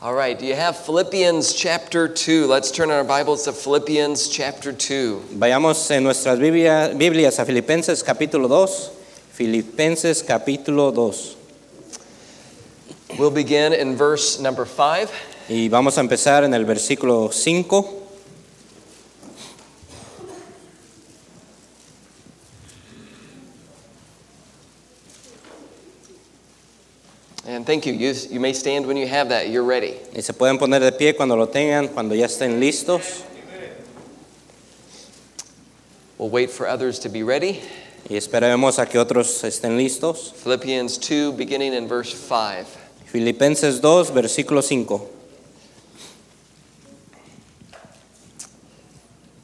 All right, do you have Philippians chapter 2? Let's turn our Bibles to Philippians chapter 2. Vayamos en nuestras Biblia- Biblias a Filipenses capítulo 2. Filipenses capítulo 2. We'll begin in verse number 5. Y vamos a empezar en el versículo 5. And thank you. You, you may stand when you have that. You're ready. Y se pueden poner de pie cuando lo tengan, cuando ya estén listos. We'll wait for others to be ready. Y esperemos a que otros estén listos. Philippians 2, beginning in verse 5. Filipenses 2, versículo 5.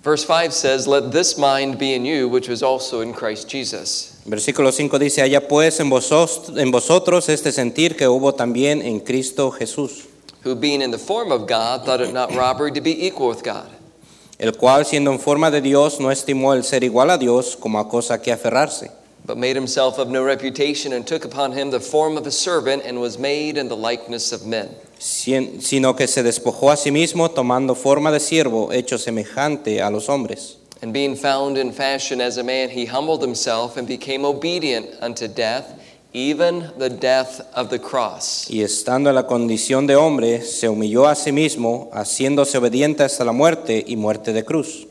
Verse 5 says, Let this mind be in you, which was also in Christ Jesus. Versículo 5 dice, haya pues en, vosos- en vosotros este sentir que hubo también en Cristo Jesús, Who, being in the form of God, thought it not robbery to be equal with God, el cual siendo en forma de Dios no estimó el ser igual a Dios como a cosa que aferrarse, but made himself of no reputation, and took upon him the form of a servant, and was made in the likeness of men. sien- sino que se despojó a sí mismo tomando forma de siervo, hecho semejante a los hombres, And being found in fashion as a man, he humbled himself and became obedient unto death, even the death of the cross. y estando en la condición de hombre, se humilló a sí mismo, haciéndose obediente hasta la muerte y muerte de cruz.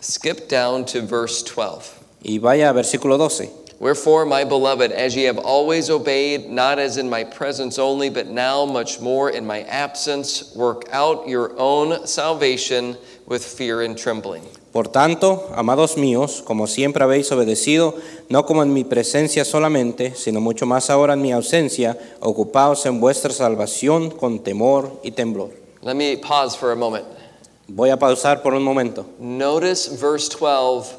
Skip down to verse 12. Y vaya a versículo 12. Wherefore, my beloved, as ye have always obeyed, not as in my presence only, but now much more in my absence, work out your own salvation with fear and trembling. Por tanto, amados míos, como siempre habéis obedecido, no como en mi presencia solamente, sino mucho más ahora en mi ausencia, ocupaos en vuestra salvación con temor y temblor. Let me pause for a moment. Voy a pausar por un momento. Notice verse 12,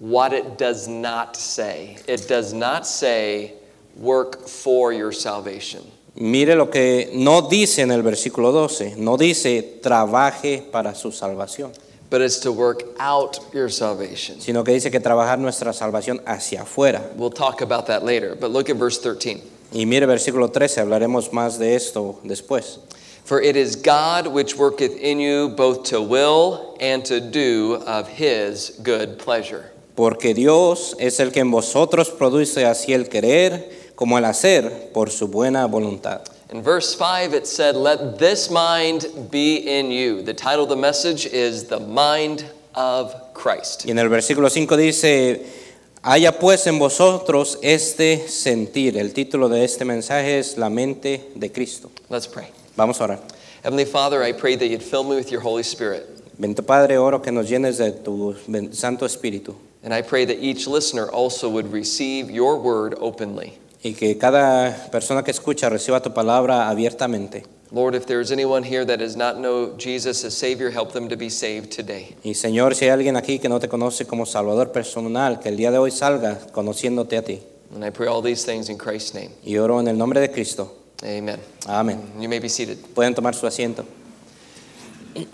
what it does not say. It does not say, work for your salvation. Mire lo que no dice en el versículo 12, no dice trabaje para su salvación, But it's to work out your salvation. sino que dice que trabajar nuestra salvación hacia afuera. We'll talk about that later, but look at verse 13. Y mire versículo 13, hablaremos más de esto después. For it is God which worketh in you both to will and to do of his good pleasure. Porque Dios es el que en vosotros produce así el querer como el hacer por su buena voluntad. In verse 5, it said, Let this mind be in you. The title of the message is The Mind of Christ. Y en el versículo 5 dice, haya pues en vosotros este sentir. El título de este mensaje es La mente de Cristo. Let's pray. Vamos a orar. Heavenly Father, I pray that you'd fill me with your Holy Spirit. Bendito Padre, oro que nos llenes de tu ben- Santo Espíritu And I pray that each listener also would receive your word openly. y que cada persona que escucha reciba tu palabra abiertamente. Lord, if there is anyone here that does not know Jesus as Savior, help them to be saved today. Y Señor, si hay alguien aquí que no te conoce como Salvador personal, que el día de hoy salga conociéndote a ti. And I pray all these things in Christ's name. Y oro en el nombre de Cristo. Amen. Amén. You may be seated. Pueden tomar su asiento.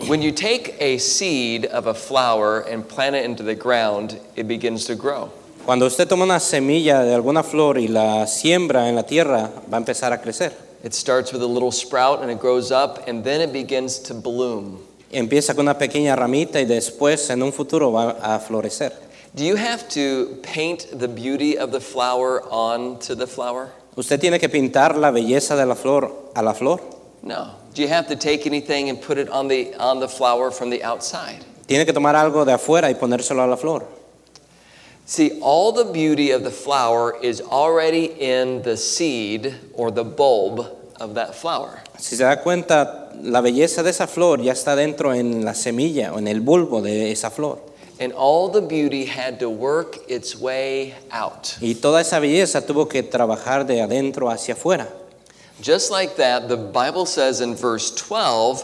When you take a seed of a flower and plant it into the ground, it begins to grow. Cuando usted toma una semilla de alguna flor y la siembra en la tierra, va a empezar a crecer. It starts with a little sprout and it grows up and then it begins to bloom. Empieza con una pequeña ramita y después en un futuro va a florecer. Do you have to paint the beauty of the flower onto the flower? Usted tiene que pintar la belleza de la flor a la flor. No. Do you have to take anything and put it on the on the flower from the outside? Tiene que tomar algo de afuera y ponérselo a la flor. See, all the beauty of the flower is already in the seed or the bulb of that flower. Si se da cuenta, la belleza de esa flor ya está dentro en la semilla o en el bulbo de esa flor. And all the beauty had to work its way out. Y toda esa belleza tuvo que trabajar de adentro hacia afuera. Just like that, the Bible says in verse 12,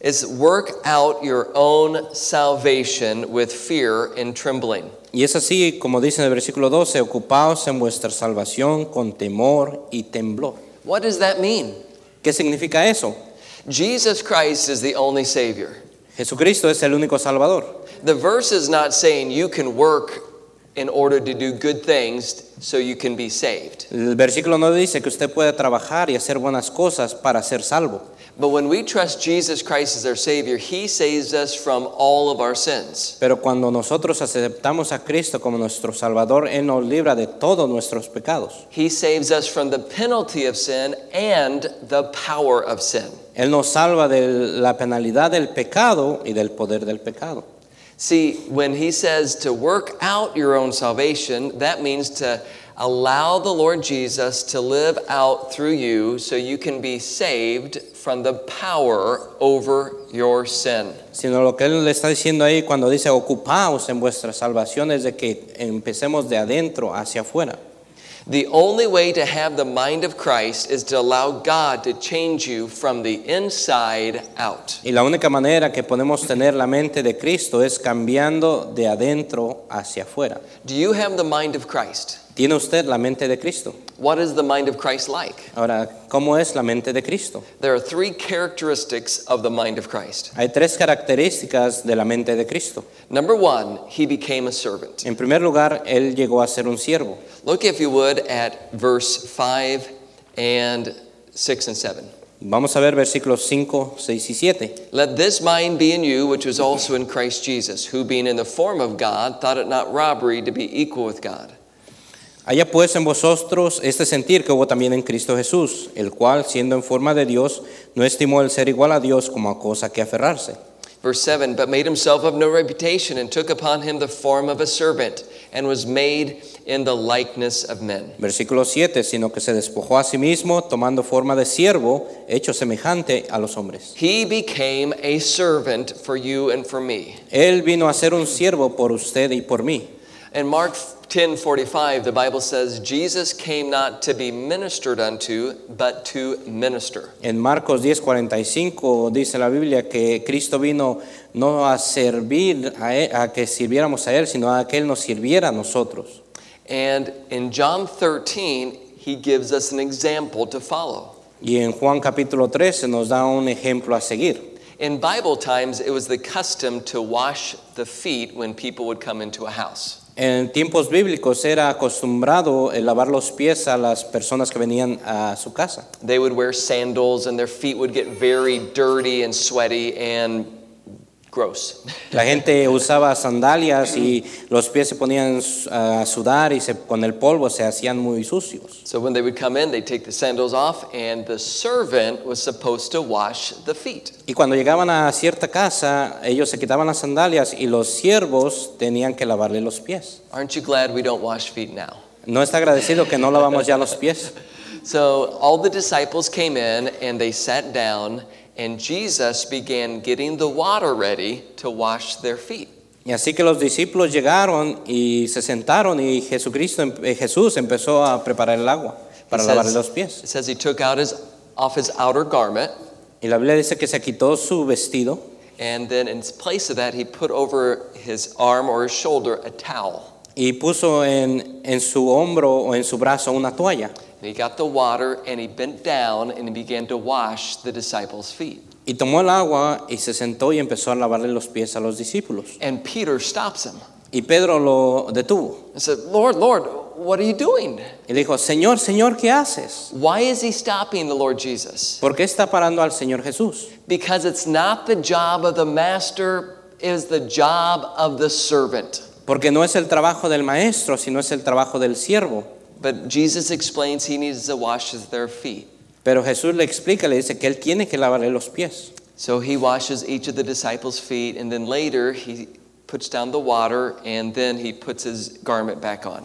is work out your own salvation with fear and trembling. Y es así, como dice en el versículo 12, ocupaos en vuestra salvación con temor y temblor. What does that mean? ¿Qué significa eso? Jesus Christ is the only Savior. Jesucristo es el único Salvador. The verse is not saying you can work in order to do good things so you can be saved. El versículo 9 dice que usted puede trabajar y hacer buenas cosas para ser salvo. But when we trust Jesus Christ as our Savior, He saves us from all of our sins. Pero cuando nosotros aceptamos a Cristo como nuestro Salvador, Él nos libra de todos nuestros pecados. He saves us from the penalty of sin and the power of sin. Él nos salva de la penalidad del pecado y del poder del pecado. See, when He says to work out your own salvation, that means to allow the Lord Jesus to live out through you so you can be saved from the power over your sin. Sino lo que Él le está diciendo ahí cuando dice, ocupaos en vuestra salvación, es de que empecemos de adentro hacia afuera. The only way to have the mind of Christ is to allow God to change you from the inside out. Y la única manera que podemos tener la mente de Cristo es cambiando de adentro hacia afuera. Do you have the mind of Christ? ¿Tiene usted la mente de Cristo? What is the mind of Christ like? Ahora, ¿cómo es la mente de Cristo? There are three characteristics of the mind of Christ. Hay tres características de la mente de Cristo. Number one, he became a servant. En primer lugar, Él llegó a ser un siervo. Look, if you would, at verse 5 and 6 and 7. Vamos a ver versículos 5, 6 y 7. Let this mind be in you, which was also in Christ Jesus, who being in the form of God, thought it not robbery to be equal with God. Haya pues en vosotros este sentir que hubo también en Cristo Jesús, el cual, siendo en forma de Dios, no estimó el ser igual a Dios como a cosa que aferrarse. Verse 7 But made himself of no reputation, and took upon him the form of a servant, and was made in the likeness of men. Versículo 7, sino que se despojó a sí mismo, tomando forma de siervo, hecho semejante a los hombres. He became a servant for you and for me. Él vino a ser un siervo por usted y por mí. In Mark 10 45, the Bible says, Jesus came not to be ministered unto, but to minister. En Marcos 10:45 dice la Biblia que Cristo vino no a servir a, él- a que sirviéramos a él, sino a que él nos sirviera a nosotros. And in John 13, he gives us an example to follow. Y en Juan capítulo 13 nos da un ejemplo a seguir. In Bible times, it was the custom to wash the feet when people would come into a house. En tiempos bíblicos era acostumbrado el lavar los pies a las personas que venían a su casa. They would wear sandals and their feet would get very dirty and sweaty and gross. La gente usaba sandalias y los pies se ponían a sudar y se- con el polvo se hacían muy sucios. So when they would come in, they'd take the sandals off, and the servant was supposed to wash the feet. Y cuando llegaban a cierta casa, ellos se quitaban las sandalias y los siervos tenían que lavarle los pies. Aren't you glad we don't wash feet now? No está agradecido que no lavamos ya los pies. So all the disciples came in and they sat down, and Jesus began getting the water ready to wash their feet. Y así que los discípulos llegaron y se sentaron y Jesucristo, em- eh, Jesús empezó a preparar el agua para It lavarle says, los pies. it says he took out his, off his outer garment, Y la Biblia dice que se quitó su vestido and then in place of that, he put over his arm or his shoulder a towel. y puso en, en su hombro o en su brazo una toalla. And he got the water and he bent down and he began to wash the disciples' feet. Y tomó el agua y se sentó y empezó a lavarle los pies a los discípulos. And Peter stops him Y Pedro lo detuvo and said, Lord, Lord, what are you doing? y le dijo, Señor, Señor, ¿qué haces? Why is he stopping the Lord Jesus? ¿Por qué está parando al Señor Jesús? Because it's not the job of the master, it is the job of the servant. Porque no es el trabajo del maestro, sino es el trabajo del siervo. But Jesus explains he needs to wash their feet. Pero Jesús le explica, le dice que él tiene que lavarle los pies. So he washes each of the disciples' feet, and then later he puts down the water and then he puts his garment back on.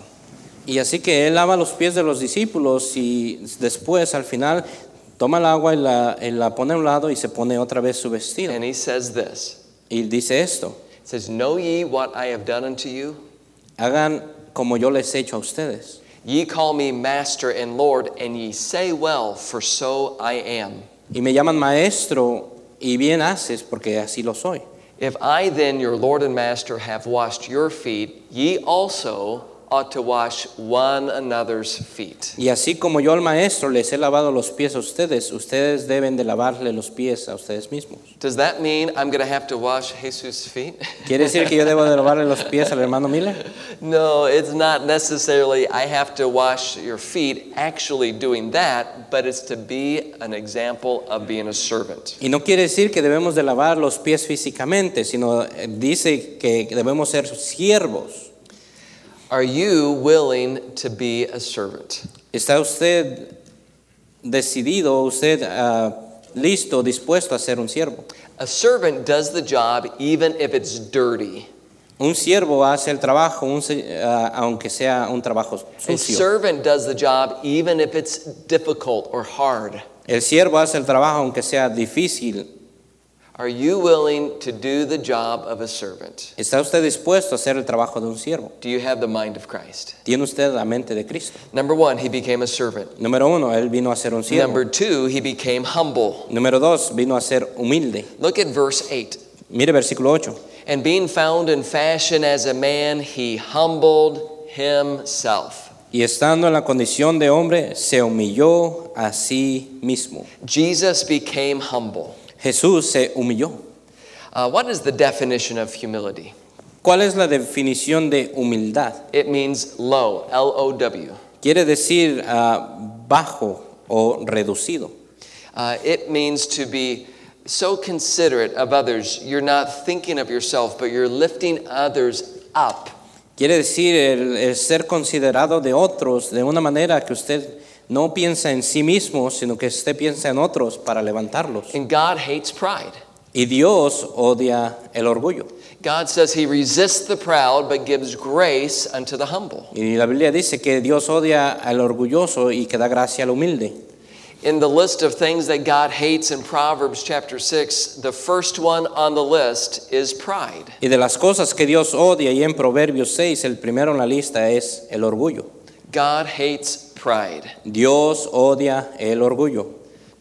Y así que él lava los pies de los discípulos y después al final toma el agua y la, y la pone a un lado y se pone otra vez su vestido. And he says this Y dice esto, He says, Know ye what I have done unto you? hagan como yo les he hecho a ustedes. Ye call me master and Lord, and ye say well, for so I am. Y me llaman maestro y bien haces porque así lo soy. If I then, your Lord and Master, have washed your feet, ye also ought to wash one another's feet. Y así como yo al maestro les he lavado los pies a ustedes, ustedes deben de lavarle los pies a ustedes mismos. Does that mean I'm going to have to wash Jesus' feet? ¿Quiere decir que yo debo de lavarle los pies al hermano Miller? no, it's not necessarily I have to wash your feet actually doing that, but it's to be an example of being a servant. Y no quiere decir que debemos de lavar los pies físicamente, sino eh, dice que debemos ser siervos. Are you willing to be a servant? ¿Está usted decidido, usted ah, listo, dispuesto a ser un siervo? A servant does the job even if it's dirty. Un siervo hace el trabajo, un se- ah, aunque sea un trabajo A sucio. servant does the job even if it's difficult or hard. El siervo hace el trabajo aunque sea difícil. Are you willing to do the job of a servant? ¿Está usted dispuesto a hacer el trabajo de un siervo? Do you have the mind of Christ? Tiene usted la mente de Cristo. Number one, he became a servant. Número uno, él vino a ser un siervo. Number two, he became humble. Número dos, vino a ser humilde. Look at verse 8. Mire versículo 8. And being found in fashion as a man, he humbled himself. Y estando en la condición de hombre, se humilló a sí mismo. Jesus became humble. Jesús se humilló. Uh, what is the definition of humility? ¿Cuál es la definición de humildad? It means low, L O W. Quiere decir ah, bajo o reducido. Uh, it means to be so considerate of others. You're not thinking of yourself, but you're lifting others up. Quiere decir el, el ser considerado de otros de una manera que usted no piensa en sí mismo, sino que usted piensa en otros para levantarlos. And God hates pride. Y Dios odia el orgullo. God says he resists the proud, but gives grace unto the humble. Y la Biblia dice que Dios odia al orgulloso y que da gracia al humilde. In the list of things that God hates in Proverbs chapter 6, the first one on the list is pride. Y de las cosas que Dios odia y en Proverbios 6 el primero en la lista es el orgullo. God hates pride. Dios odia el orgullo.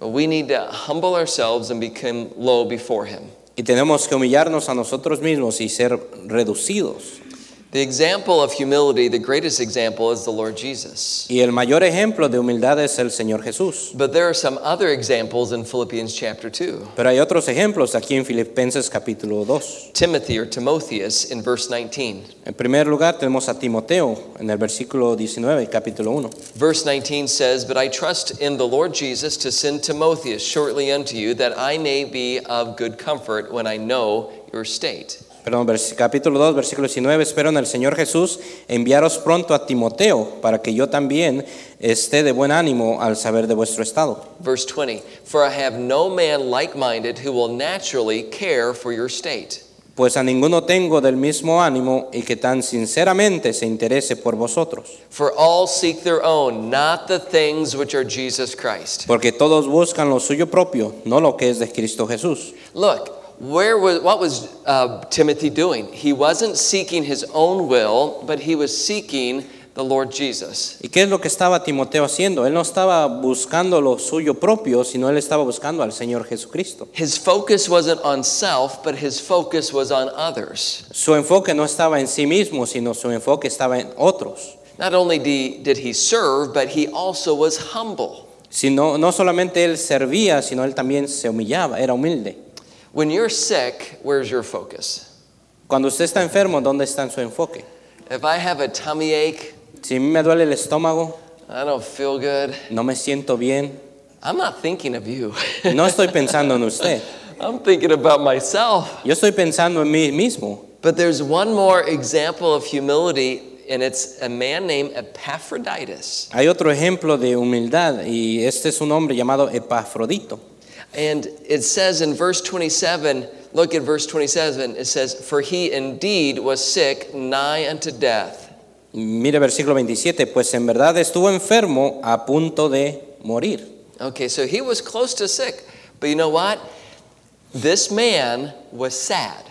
But we need to humble ourselves and become low before him. Y tenemos que humillarnos a nosotros mismos y ser reducidos. The example of humility, the greatest example, is the Lord Jesus. Y el mayor ejemplo de humildad es el Señor Jesús. But there are some other examples in Philippians chapter 2. Pero hay otros ejemplos aquí en Filipenses capítulo 2. Timothy or Timotheus in verse 19. En primer lugar tenemos a Timoteo en el versículo 19, capítulo 1. Verse 19 says, But I trust in the Lord Jesus to send Timotheus shortly unto you, that I may be of good comfort when I know your state. Perdón, vers- capítulo 2, versículo 19. Espero en el Señor Jesús enviaros pronto a Timoteo para que yo también esté de buen ánimo al saber de vuestro estado. Verse 20 For I have no man like minded who will naturally care for your state. Pues a ninguno tengo del mismo ánimo y que tan sinceramente se interese por vosotros. For all seek their own, not the things which are Jesus Christ. Porque todos buscan lo suyo propio, no lo que es de Cristo Jesús. Look, where was, what was uh, Timothy doing? He wasn't seeking his own will, but he was seeking the Lord Jesus. ¿Y qué es lo que estaba Timoteo haciendo? Él no estaba buscando lo suyo propio, sino él estaba buscando al Señor Jesucristo. His focus wasn't on self, but his focus was on others. Su enfoque no estaba en sí mismo, sino su enfoque estaba en otros. Not only di- did he serve, but he also was humble. Sino, no solamente él servía, sino él también se humillaba, era humilde. When you're sick, where's your focus? Cuando usted está enfermo, ¿dónde está su enfoque? If I have a tummy ache, Si a mí me duele el estómago, I don't feel good, no me siento bien, I'm not thinking of you. no estoy pensando en usted. I'm thinking about myself. Yo estoy pensando en mí mismo. But there's one more example of humility, and it's a man named Epaphroditus. Hay otro ejemplo de humildad y este es un hombre llamado Epafrodito. And it says in verse 27, look at verse 27, it says, For he indeed was sick nigh unto death, Mire versículo 27, pues en verdad estuvo enfermo a punto de morir. Okay, so he was close to sick. But you know what? This man was sad.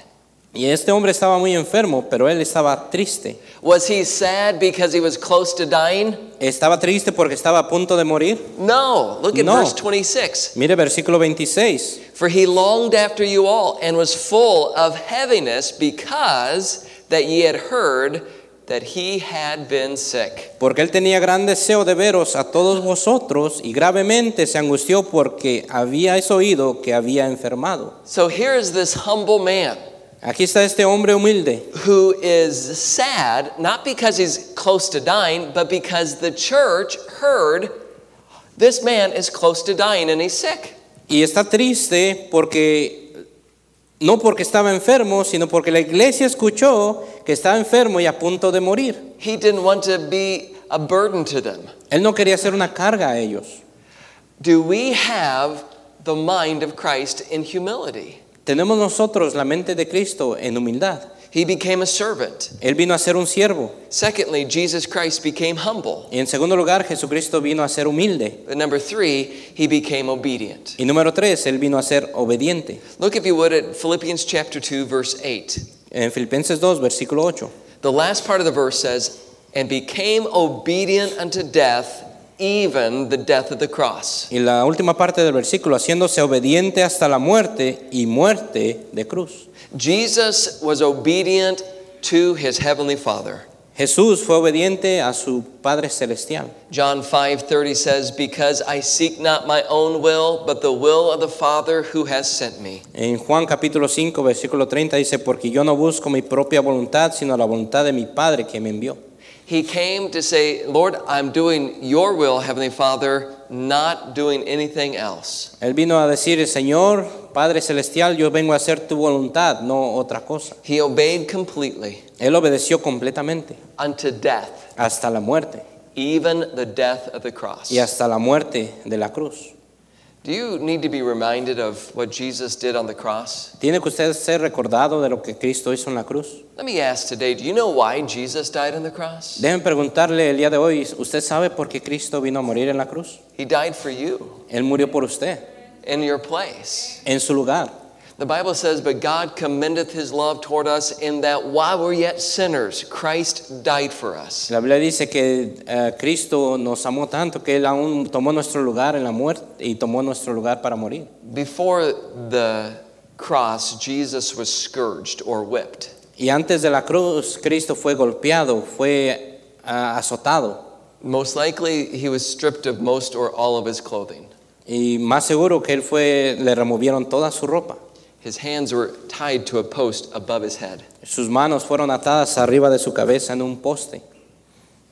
Y este hombre estaba muy enfermo, pero él estaba triste. Was he sad because he was close to dying? ¿Estaba triste porque estaba a punto de morir? No. Look at No. verse 26. Mire versículo 26, For he longed after you all and was full of heaviness because that ye had heard that he had been sick. Porque él tenía gran deseo de veros a todos vosotros y gravemente se angustió porque habíais oído que había enfermado. So here is this humble man Aquí está este hombre humilde who is sad, not because he's close to dying, but because the church heard this man is close to dying and he's sick. y está triste porque no porque estaba enfermo, sino porque la iglesia escuchó que estaba enfermo y a punto de morir. He didn't want to be a burden to them. Él no quería hacer una carga a ellos. Do we have the mind of Christ in humility? Tenemos nosotros la mente de Cristo en humildad. He became a servant. Él vino a ser un siervo. Secondly, Jesus Christ became humble. Y en segundo lugar, Jesucristo vino a ser humilde. But number three, he became obedient. Y número tres, Él vino a ser obediente. Look, if you would, at Philippians chapter 2, verse 8. En Filipenses 2, versículo 8. The last part of the verse says, and became obedient unto death, even the death of the cross. Y la última parte del versículo, haciéndose obediente hasta la muerte y muerte de cruz. Jesus was obedient to his heavenly Father. Jesús fue obediente a su Padre Celestial. John 5:30 says, "Because I seek not my own will, but the will of the Father who has sent me." En Juan capítulo 5, versículo 30 dice, porque yo no busco mi propia voluntad, sino la voluntad de mi Padre que me envió. He came to say, "Lord, I'm doing your will, heavenly Father, not doing anything else." Él vino a decir, Señor, Padre Celestial, yo vengo a hacer tu voluntad, no otra cosa. He obeyed completely Él obedeció completamente, unto death, hasta la muerte, even the death of the cross. y hasta la muerte de la cruz. Do you need to be reminded of what Jesus did on the cross? Tiene que usted ser recordado de lo que Cristo hizo en la cruz. Let me ask today do you know why Jesus died on the cross? Deben preguntarle el día de hoy, ¿usted sabe por qué Cristo vino a morir en la cruz? He died for you Él murió por usted, in your place. en su lugar. The Bible says, But God commendeth his love toward us in that while we're yet sinners, Christ died for us. La Biblia dice que eh, Cristo nos amó tanto que Él aún tomó nuestro lugar en la muerte y tomó nuestro lugar para morir. Before the cross, Jesus was scourged or whipped. Y antes de la cruz, Cristo fue golpeado, fue ah, azotado. Most likely, he was stripped of most or all of his clothing. Y más seguro que Él fue, le removieron toda su ropa. His hands were tied to a post above his head. Sus manos fueron atadas arriba de su cabeza en un poste.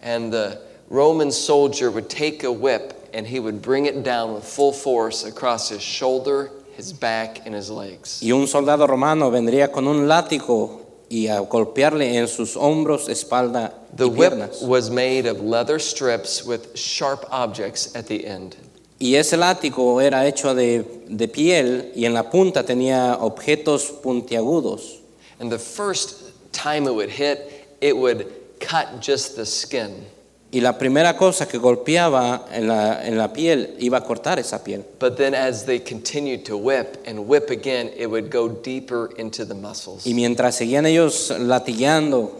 And the Roman soldier would take a whip and he would bring it down with full force across his shoulder, his back, and his legs. Y un soldado romano vendría con un látigo y a golpearle en sus hombros, espalda The y whip piernas. was made of leather strips with sharp objects at the end. Y ese látigo era hecho de, de piel y en la punta tenía objetos puntiagudos. And the first time it would hit, it would cut just the skin. Y la primera cosa que golpeaba en la, en la piel iba a cortar esa piel. But then as they continued to whip and whip again, it would go deeper into the muscles. Y mientras seguían ellos latigando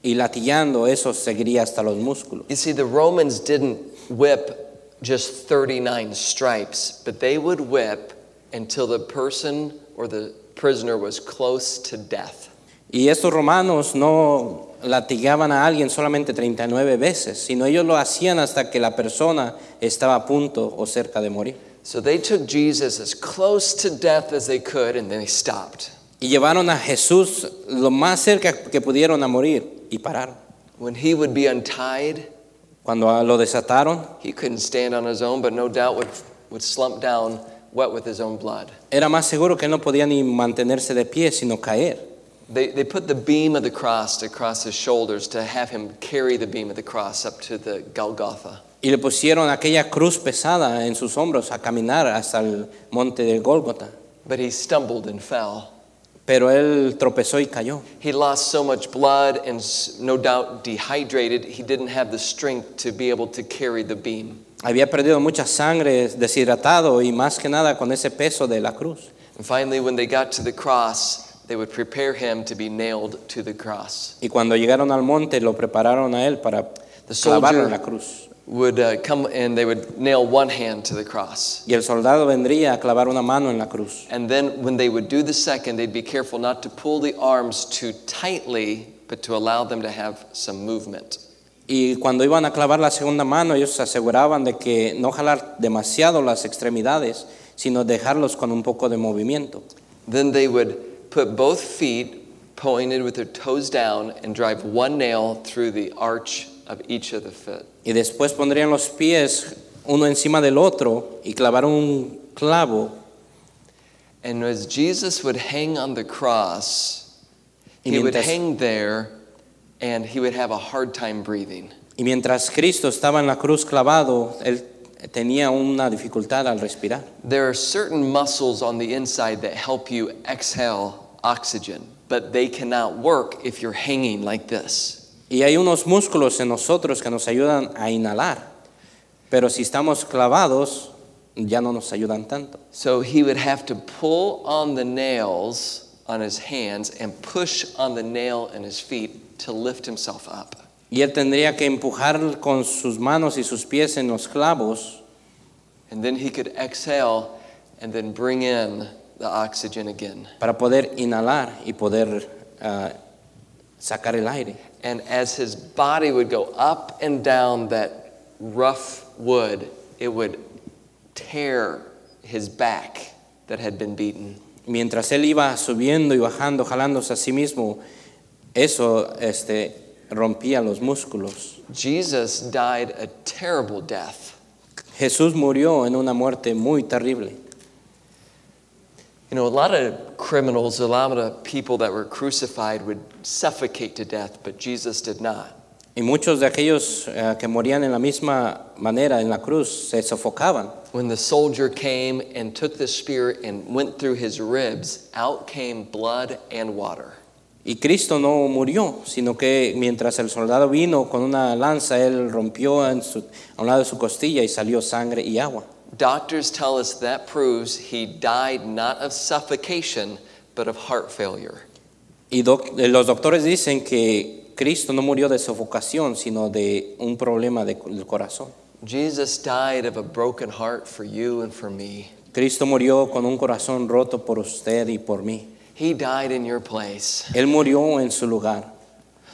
y latigando, eso seguiría hasta los músculos. You see, the Romans didn't whip just 39 stripes, but they would whip until the person or the prisoner was close to death. Y estos romanos no latigaban a alguien solamente 39 veces, sino ellos lo hacían hasta que la persona estaba a punto o cerca de morir. So they took Jesus as close to death as they could, and then they stopped. Y llevaron a Jesús lo más cerca que pudieron a morir y pararon. When he would be untied, Cuando a- lo desataron, he couldn't stand on his own, but no doubt would, would slump down wet with his own blood. era más seguro que él no podía ni mantenerse de pie, sino caer. They, they put the beam of the cross across his shoulders to have him carry the beam of the cross up to the Golgotha. Y le pusieron aquella cruz pesada en sus hombros a caminar hasta el monte de Gólgota. But he stumbled and fell. Pero él tropezó y cayó. He lost so much blood and s- no doubt dehydrated, he didn't have the strength to be able to carry the beam. Había perdido mucha sangre, deshidratado y más que nada con ese peso de la cruz. And finally, when they got to the cross, they would prepare him to be nailed to the cross. Y cuando llegaron al monte lo prepararon a él para The clavarlo en la soldier cruz. would uh, come and they would nail one hand to the cross. Y el soldado vendría a clavar una mano en la cruz. And then when they would do the second, they'd be careful not to pull the arms too tightly but to allow them to have some movement. Y cuando iban a clavar la segunda mano, ellos se aseguraban de que no jalar demasiado las extremidades, sino dejarlos con un poco de movimiento. Then they would put both feet pointed with their toes down and drive one nail through the arch of each of the foot. Y después pondrían los pies uno encima del otro y clavaron un clavo. And as Jesus would hang on the cross, Y he would mientras- hang there and he would have a hard time breathing. Y mientras Cristo estaba en la cruz clavado, él tenía una dificultad al respirar. There are certain muscles on the inside that help you exhale oxygen, but they cannot work if you're hanging like this. Y hay unos músculos en nosotros que nos ayudan a inhalar, pero si estamos clavados, ya no nos ayudan tanto. So he would have to pull on the nails on his hands and push on the nail in his feet to lift himself up. Y él tendría que empujar con sus manos y sus pies en los clavos And then he could exhale and then bring in the oxygen again. para poder inhalar y poder ah, sacar el aire. And as his body would go up and down that rough wood, it would tear his back that had been beaten. Mientras él iba subiendo y bajando, jalándose a sí mismo, eso este, rompía los músculos. Jesus died a terrible death. Jesús murió en una muerte muy terrible. You know, a lot of criminals, a lot of people that were crucified would suffocate to death, but Jesus did not. Y muchos de aquellos eh, que morían en la misma manera en la cruz se sofocaban. When the soldier came and took the spear and went through his ribs, out came blood and water. Y Cristo no murió, sino que mientras el soldado vino con una lanza, él rompió en su- a un lado de su costilla y salió sangre y agua. Doctors tell us that proves he died not of suffocation, but of heart failure. Y doc- eh, los doctores dicen que Cristo no murió de sofocación, sino de un problema de- del corazón. Jesus died of a broken heart for you and for me. Cristo murió con un corazón roto por usted y por mí. He died in your place. Él murió en su lugar.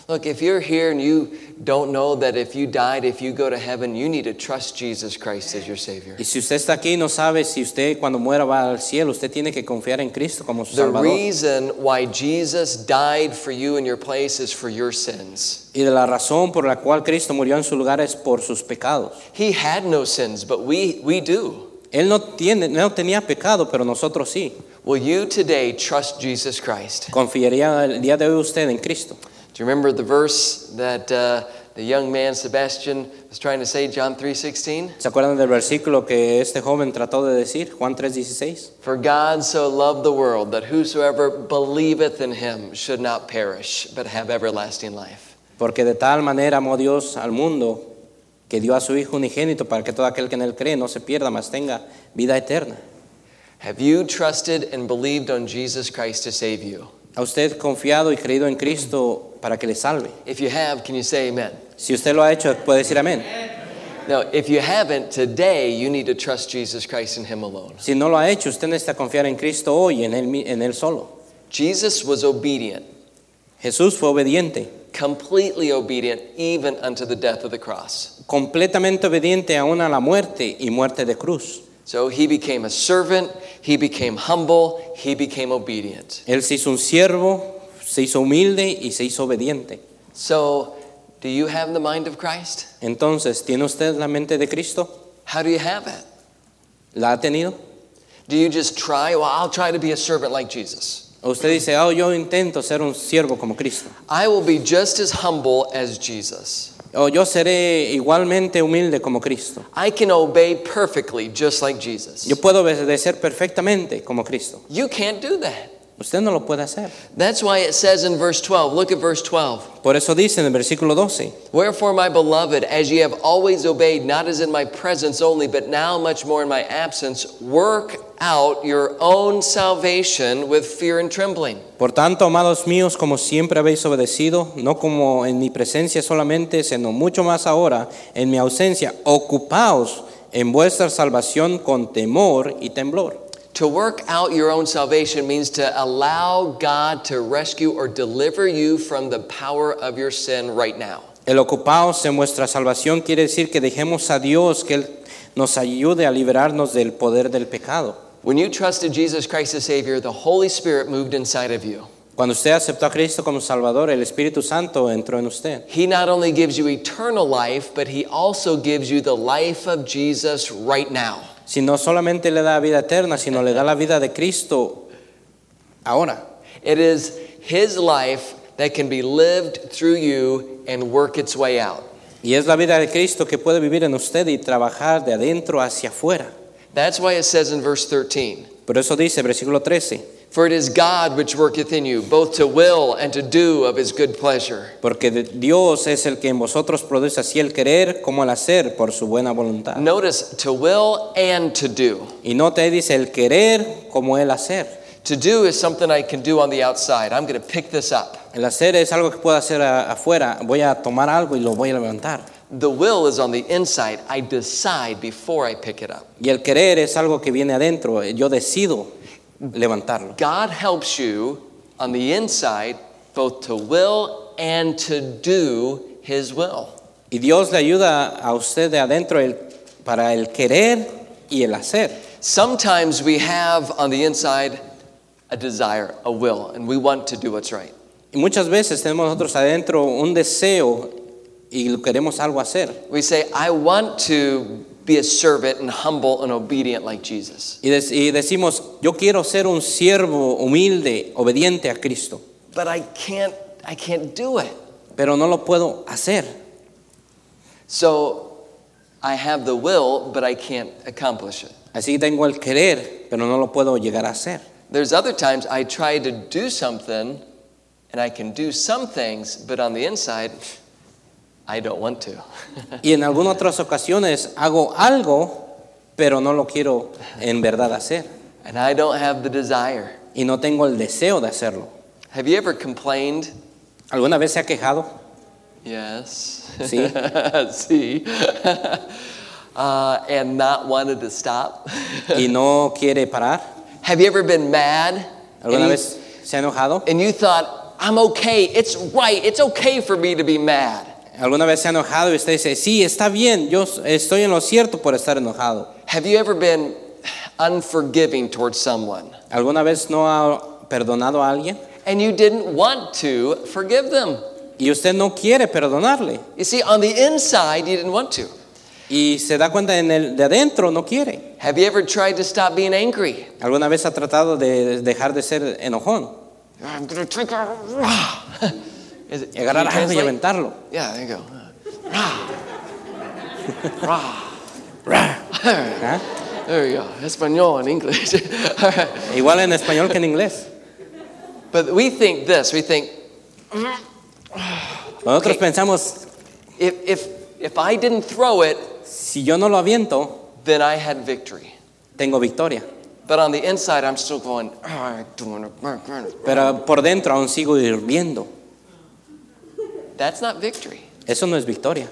Look, if you're here and you don't know that if you died, if you go to heaven, you need to trust Jesus Christ as your Savior. Y si usted está aquí y no sabe si usted cuando muera va al cielo, usted tiene que confiar en Cristo como su The Salvador. reason why Jesus died for you in your place is for your sins. Y de la razón por la cual Cristo murió en su lugar es por sus pecados. He had no sins, but we, we do. Él no, tiene, no tenía pecado, pero nosotros sí. Will you today trust Jesus Christ? Confiaría el día de hoy usted en Cristo. Do you remember the verse that uh, the young man Sebastian was trying to say, John 3:16? ¿Se acuerdan del versículo que este joven trató de decir? Juan 3:16. For God so loved the world that whosoever believeth in him should not perish, but have everlasting life. Porque de tal manera amó Dios al mundo que dio a su Hijo unigénito para que todo aquel que en él cree no se pierda, mas tenga vida eterna. Have you trusted and believed on Jesus Christ to save you? A usted confiado y creído en Cristo para que le salve. If you have, can you say amen? Si usted lo ha hecho, puede decir amén. Now, if you haven't, today you need to trust Jesus Christ and him alone. Si no lo ha hecho, usted necesita confiar en Cristo hoy, en él, mi- en él solo. Jesus was obedient, Jesús fue obediente, completely obedient, even unto the death of the cross. completamente obediente aún a la muerte y muerte de cruz. So he became a servant, he became humble, he became obedient. Él se hizo un siervo, se hizo humilde y se hizo obediente. So, do you have the mind of Christ? Entonces, ¿tiene usted la mente de Cristo? How do you have it? ¿La ha tenido? Do you just try, well, I'll try to be a servant like Jesus? ¿O usted dice, oh, yo intento ser un siervo como Cristo? I will be just as humble as Jesus. ¿O yo seré igualmente humilde como Cristo? I can obey perfectly just like Jesus. Yo puedo obedecer perfectamente como Cristo. You can't do that. Usted no lo puede hacer. That's why it says in verse 12, look at verse 12. Por eso dice en el versículo 12, Wherefore, my beloved, as ye have always obeyed, not as in my presence only, but now much more in my absence, work out your own salvation with fear and trembling. Por tanto, amados míos, como siempre habéis obedecido, no como en mi presencia solamente, sino mucho más ahora en mi ausencia, ocupaos en vuestra salvación con temor y temblor. To work out your own salvation means to allow God to rescue or deliver you from the power of your sin right now. El ocupaos en vuestra salvación quiere decir que dejemos a Dios que Él nos ayude a liberarnos del poder del pecado. When you trusted Jesus Christ as Savior, the Holy Spirit moved inside of you. Cuando usted aceptó a Cristo como Salvador, el Espíritu Santo entró en usted. He not only gives you eternal life, but He also gives you the life of Jesus right now. Si no solamente le da vida eterna, sino le da la vida de Cristo ahora. It is His life that can be lived through you and work its way out. Y es la vida de Cristo que puede vivir en usted y trabajar de adentro hacia afuera. That's why it says in verse 13, Por eso dice, versículo 13, For it is God which worketh in you, both to will and to do of His good pleasure. porque de- Dios es el que en vosotros produce así el querer como el hacer por su buena voluntad. Notice to will and to do. Y no te dice el querer como el hacer. To do is something I can do on the outside. I'm going to pick this up. El hacer es algo que puedo hacer a- afuera. Voy a tomar algo y lo voy a levantar. The will is on the inside. I decide before I pick it up. Y el querer es algo que viene adentro. Yo decido levantarlo. God helps you on the inside both to will and to do His will. Y Dios le ayuda a usted de adentro el- para el querer y el hacer. Sometimes we have on the inside a desire, a will, and we want to do what's right. Y muchas veces tenemos nosotros adentro un deseo y lo queremos algo hacer. We say, I want to be a servant and humble and obedient like Jesus. Y, dec- y decimos, yo quiero ser un siervo humilde, obediente a Cristo, But I can't, I can't do it. pero no lo puedo hacer. So I have the will, but I can't accomplish it. Así tengo el querer, pero no lo puedo llegar a hacer. There's other times I try to do something and I can do some things, but on the inside, I don't want to. Y en algunas otras ocasiones hago algo, pero no lo quiero en verdad hacer. and I don't have the desire. Y no tengo el deseo de hacerlo. Have you ever complained? ¿Alguna vez se ha quejado? Yes. Sí. See? uh, and not wanted to stop? y no quiere parar. Have you ever been mad? ¿Alguna and, vez se ha enojado? you, and you thought, I'm okay, it's right, it's okay for me to be mad. ¿Alguna vez se ha enojado y usted dice, sí, está bien, yo s- estoy en lo cierto por estar enojado? Have you ever been unforgiving towards someone ¿Alguna vez no ha perdonado a alguien? and you didn't want to forgive them? Y usted no quiere perdonarle. You see, on the inside, you didn't want to. Y se da cuenta en el de adentro, no quiere. Have you ever tried to stop being angry? ¿Alguna vez ha tratado de dejar de ser enojón? I'm gonna take a. Is it, Y agarrar can you algo y translate? aventarlo. Yeah, there you go. Rah. ¿Ah? There you go. Espanol and English. All right. Igual en español que en inglés. But we think this. We think Nosotros Ok. pensamos, if if if I didn't throw it, si yo no lo aviento, then I had victory. tengo victoria. But on the inside, I'm still going. "Ah, I don't wanna- ah, ah, ah." Pero por dentro aún sigo hirviendo. That's not victory. Eso no es victoria.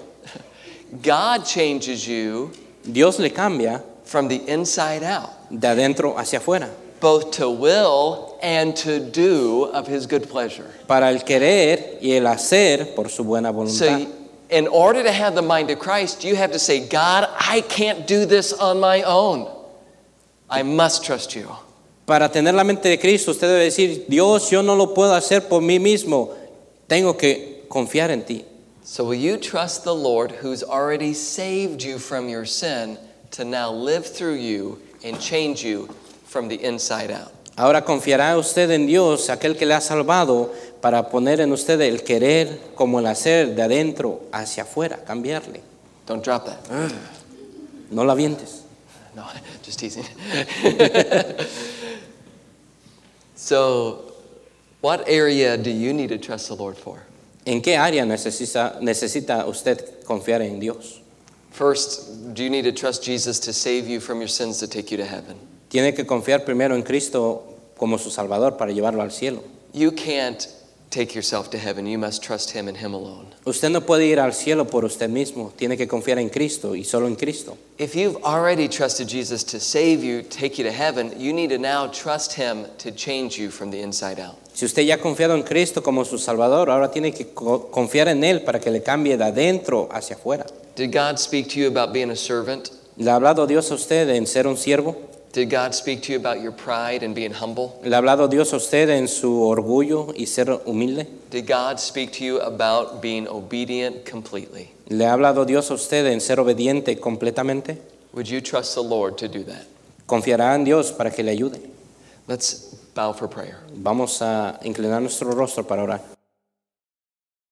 God changes you Dios le cambia from the inside out. de adentro hacia afuera. both to will and to do of his good pleasure. para el querer y el hacer por su buena voluntad. So, in order to have the mind of Christ, you have to say, God, I can't do this on my own. I must trust you. Para tener la mente de Cristo, usted debe decir, Dios, yo no lo puedo hacer por mí mismo, tengo que confiar en ti. So, will you trust the Lord who's already saved you from your sin to now live through you and change you from the inside out? Ahora confiará usted en Dios, aquel que le ha salvado, para poner en usted el querer como el hacer de adentro hacia afuera, cambiarle. Don't drop that. No la avientes. No, just teasing. so, what area do you need to trust the Lord for? ¿En qué área necesita, necesita usted confiar en Dios? First, do you need to trust Jesus to save you from your sins to take you to heaven? Tiene que confiar primero en Cristo como su Salvador para llevarlo al cielo. You can't take yourself to heaven. You must trust Him and Him alone. Usted no puede ir al cielo por usted mismo, tiene que confiar en Cristo y solo en Cristo. If you've already trusted Jesus to save you, take you to heaven, you need to now trust Him to change you from the inside out. Si usted ya ha confiado en Cristo como su Salvador, ahora tiene que co- confiar en Él para que le cambie de adentro hacia afuera. Did God speak to you about being a servant? ¿Le ha hablado Dios a usted en ser un siervo? Did God speak to you about your pride and being humble? ¿Le ha hablado Dios a usted en su orgullo y ser humilde? Did God speak to you about being obedient completely? ¿Le ha hablado Dios a usted en ser obediente completamente? Would you trust the Lord to do that? Confiará en Dios para que le ayude. Let's bow for prayer. Vamos a inclinar nuestro rostro para orar.